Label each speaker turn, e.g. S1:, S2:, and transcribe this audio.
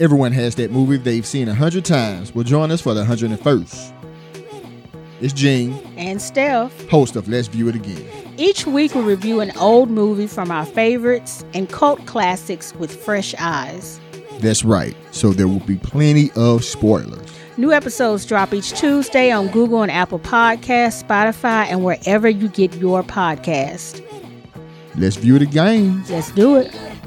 S1: Everyone has that movie they've seen a hundred times. Well, join us for the 101st. It's Gene,
S2: and Steph.
S1: host of Let's View It Again.
S2: Each week we review an old movie from our favorites and cult classics with fresh eyes.
S1: That's right, so there will be plenty of spoilers.
S2: New episodes drop each Tuesday on Google and Apple Podcasts, Spotify, and wherever you get your podcast.
S1: Let's view it again.
S2: Let's do it.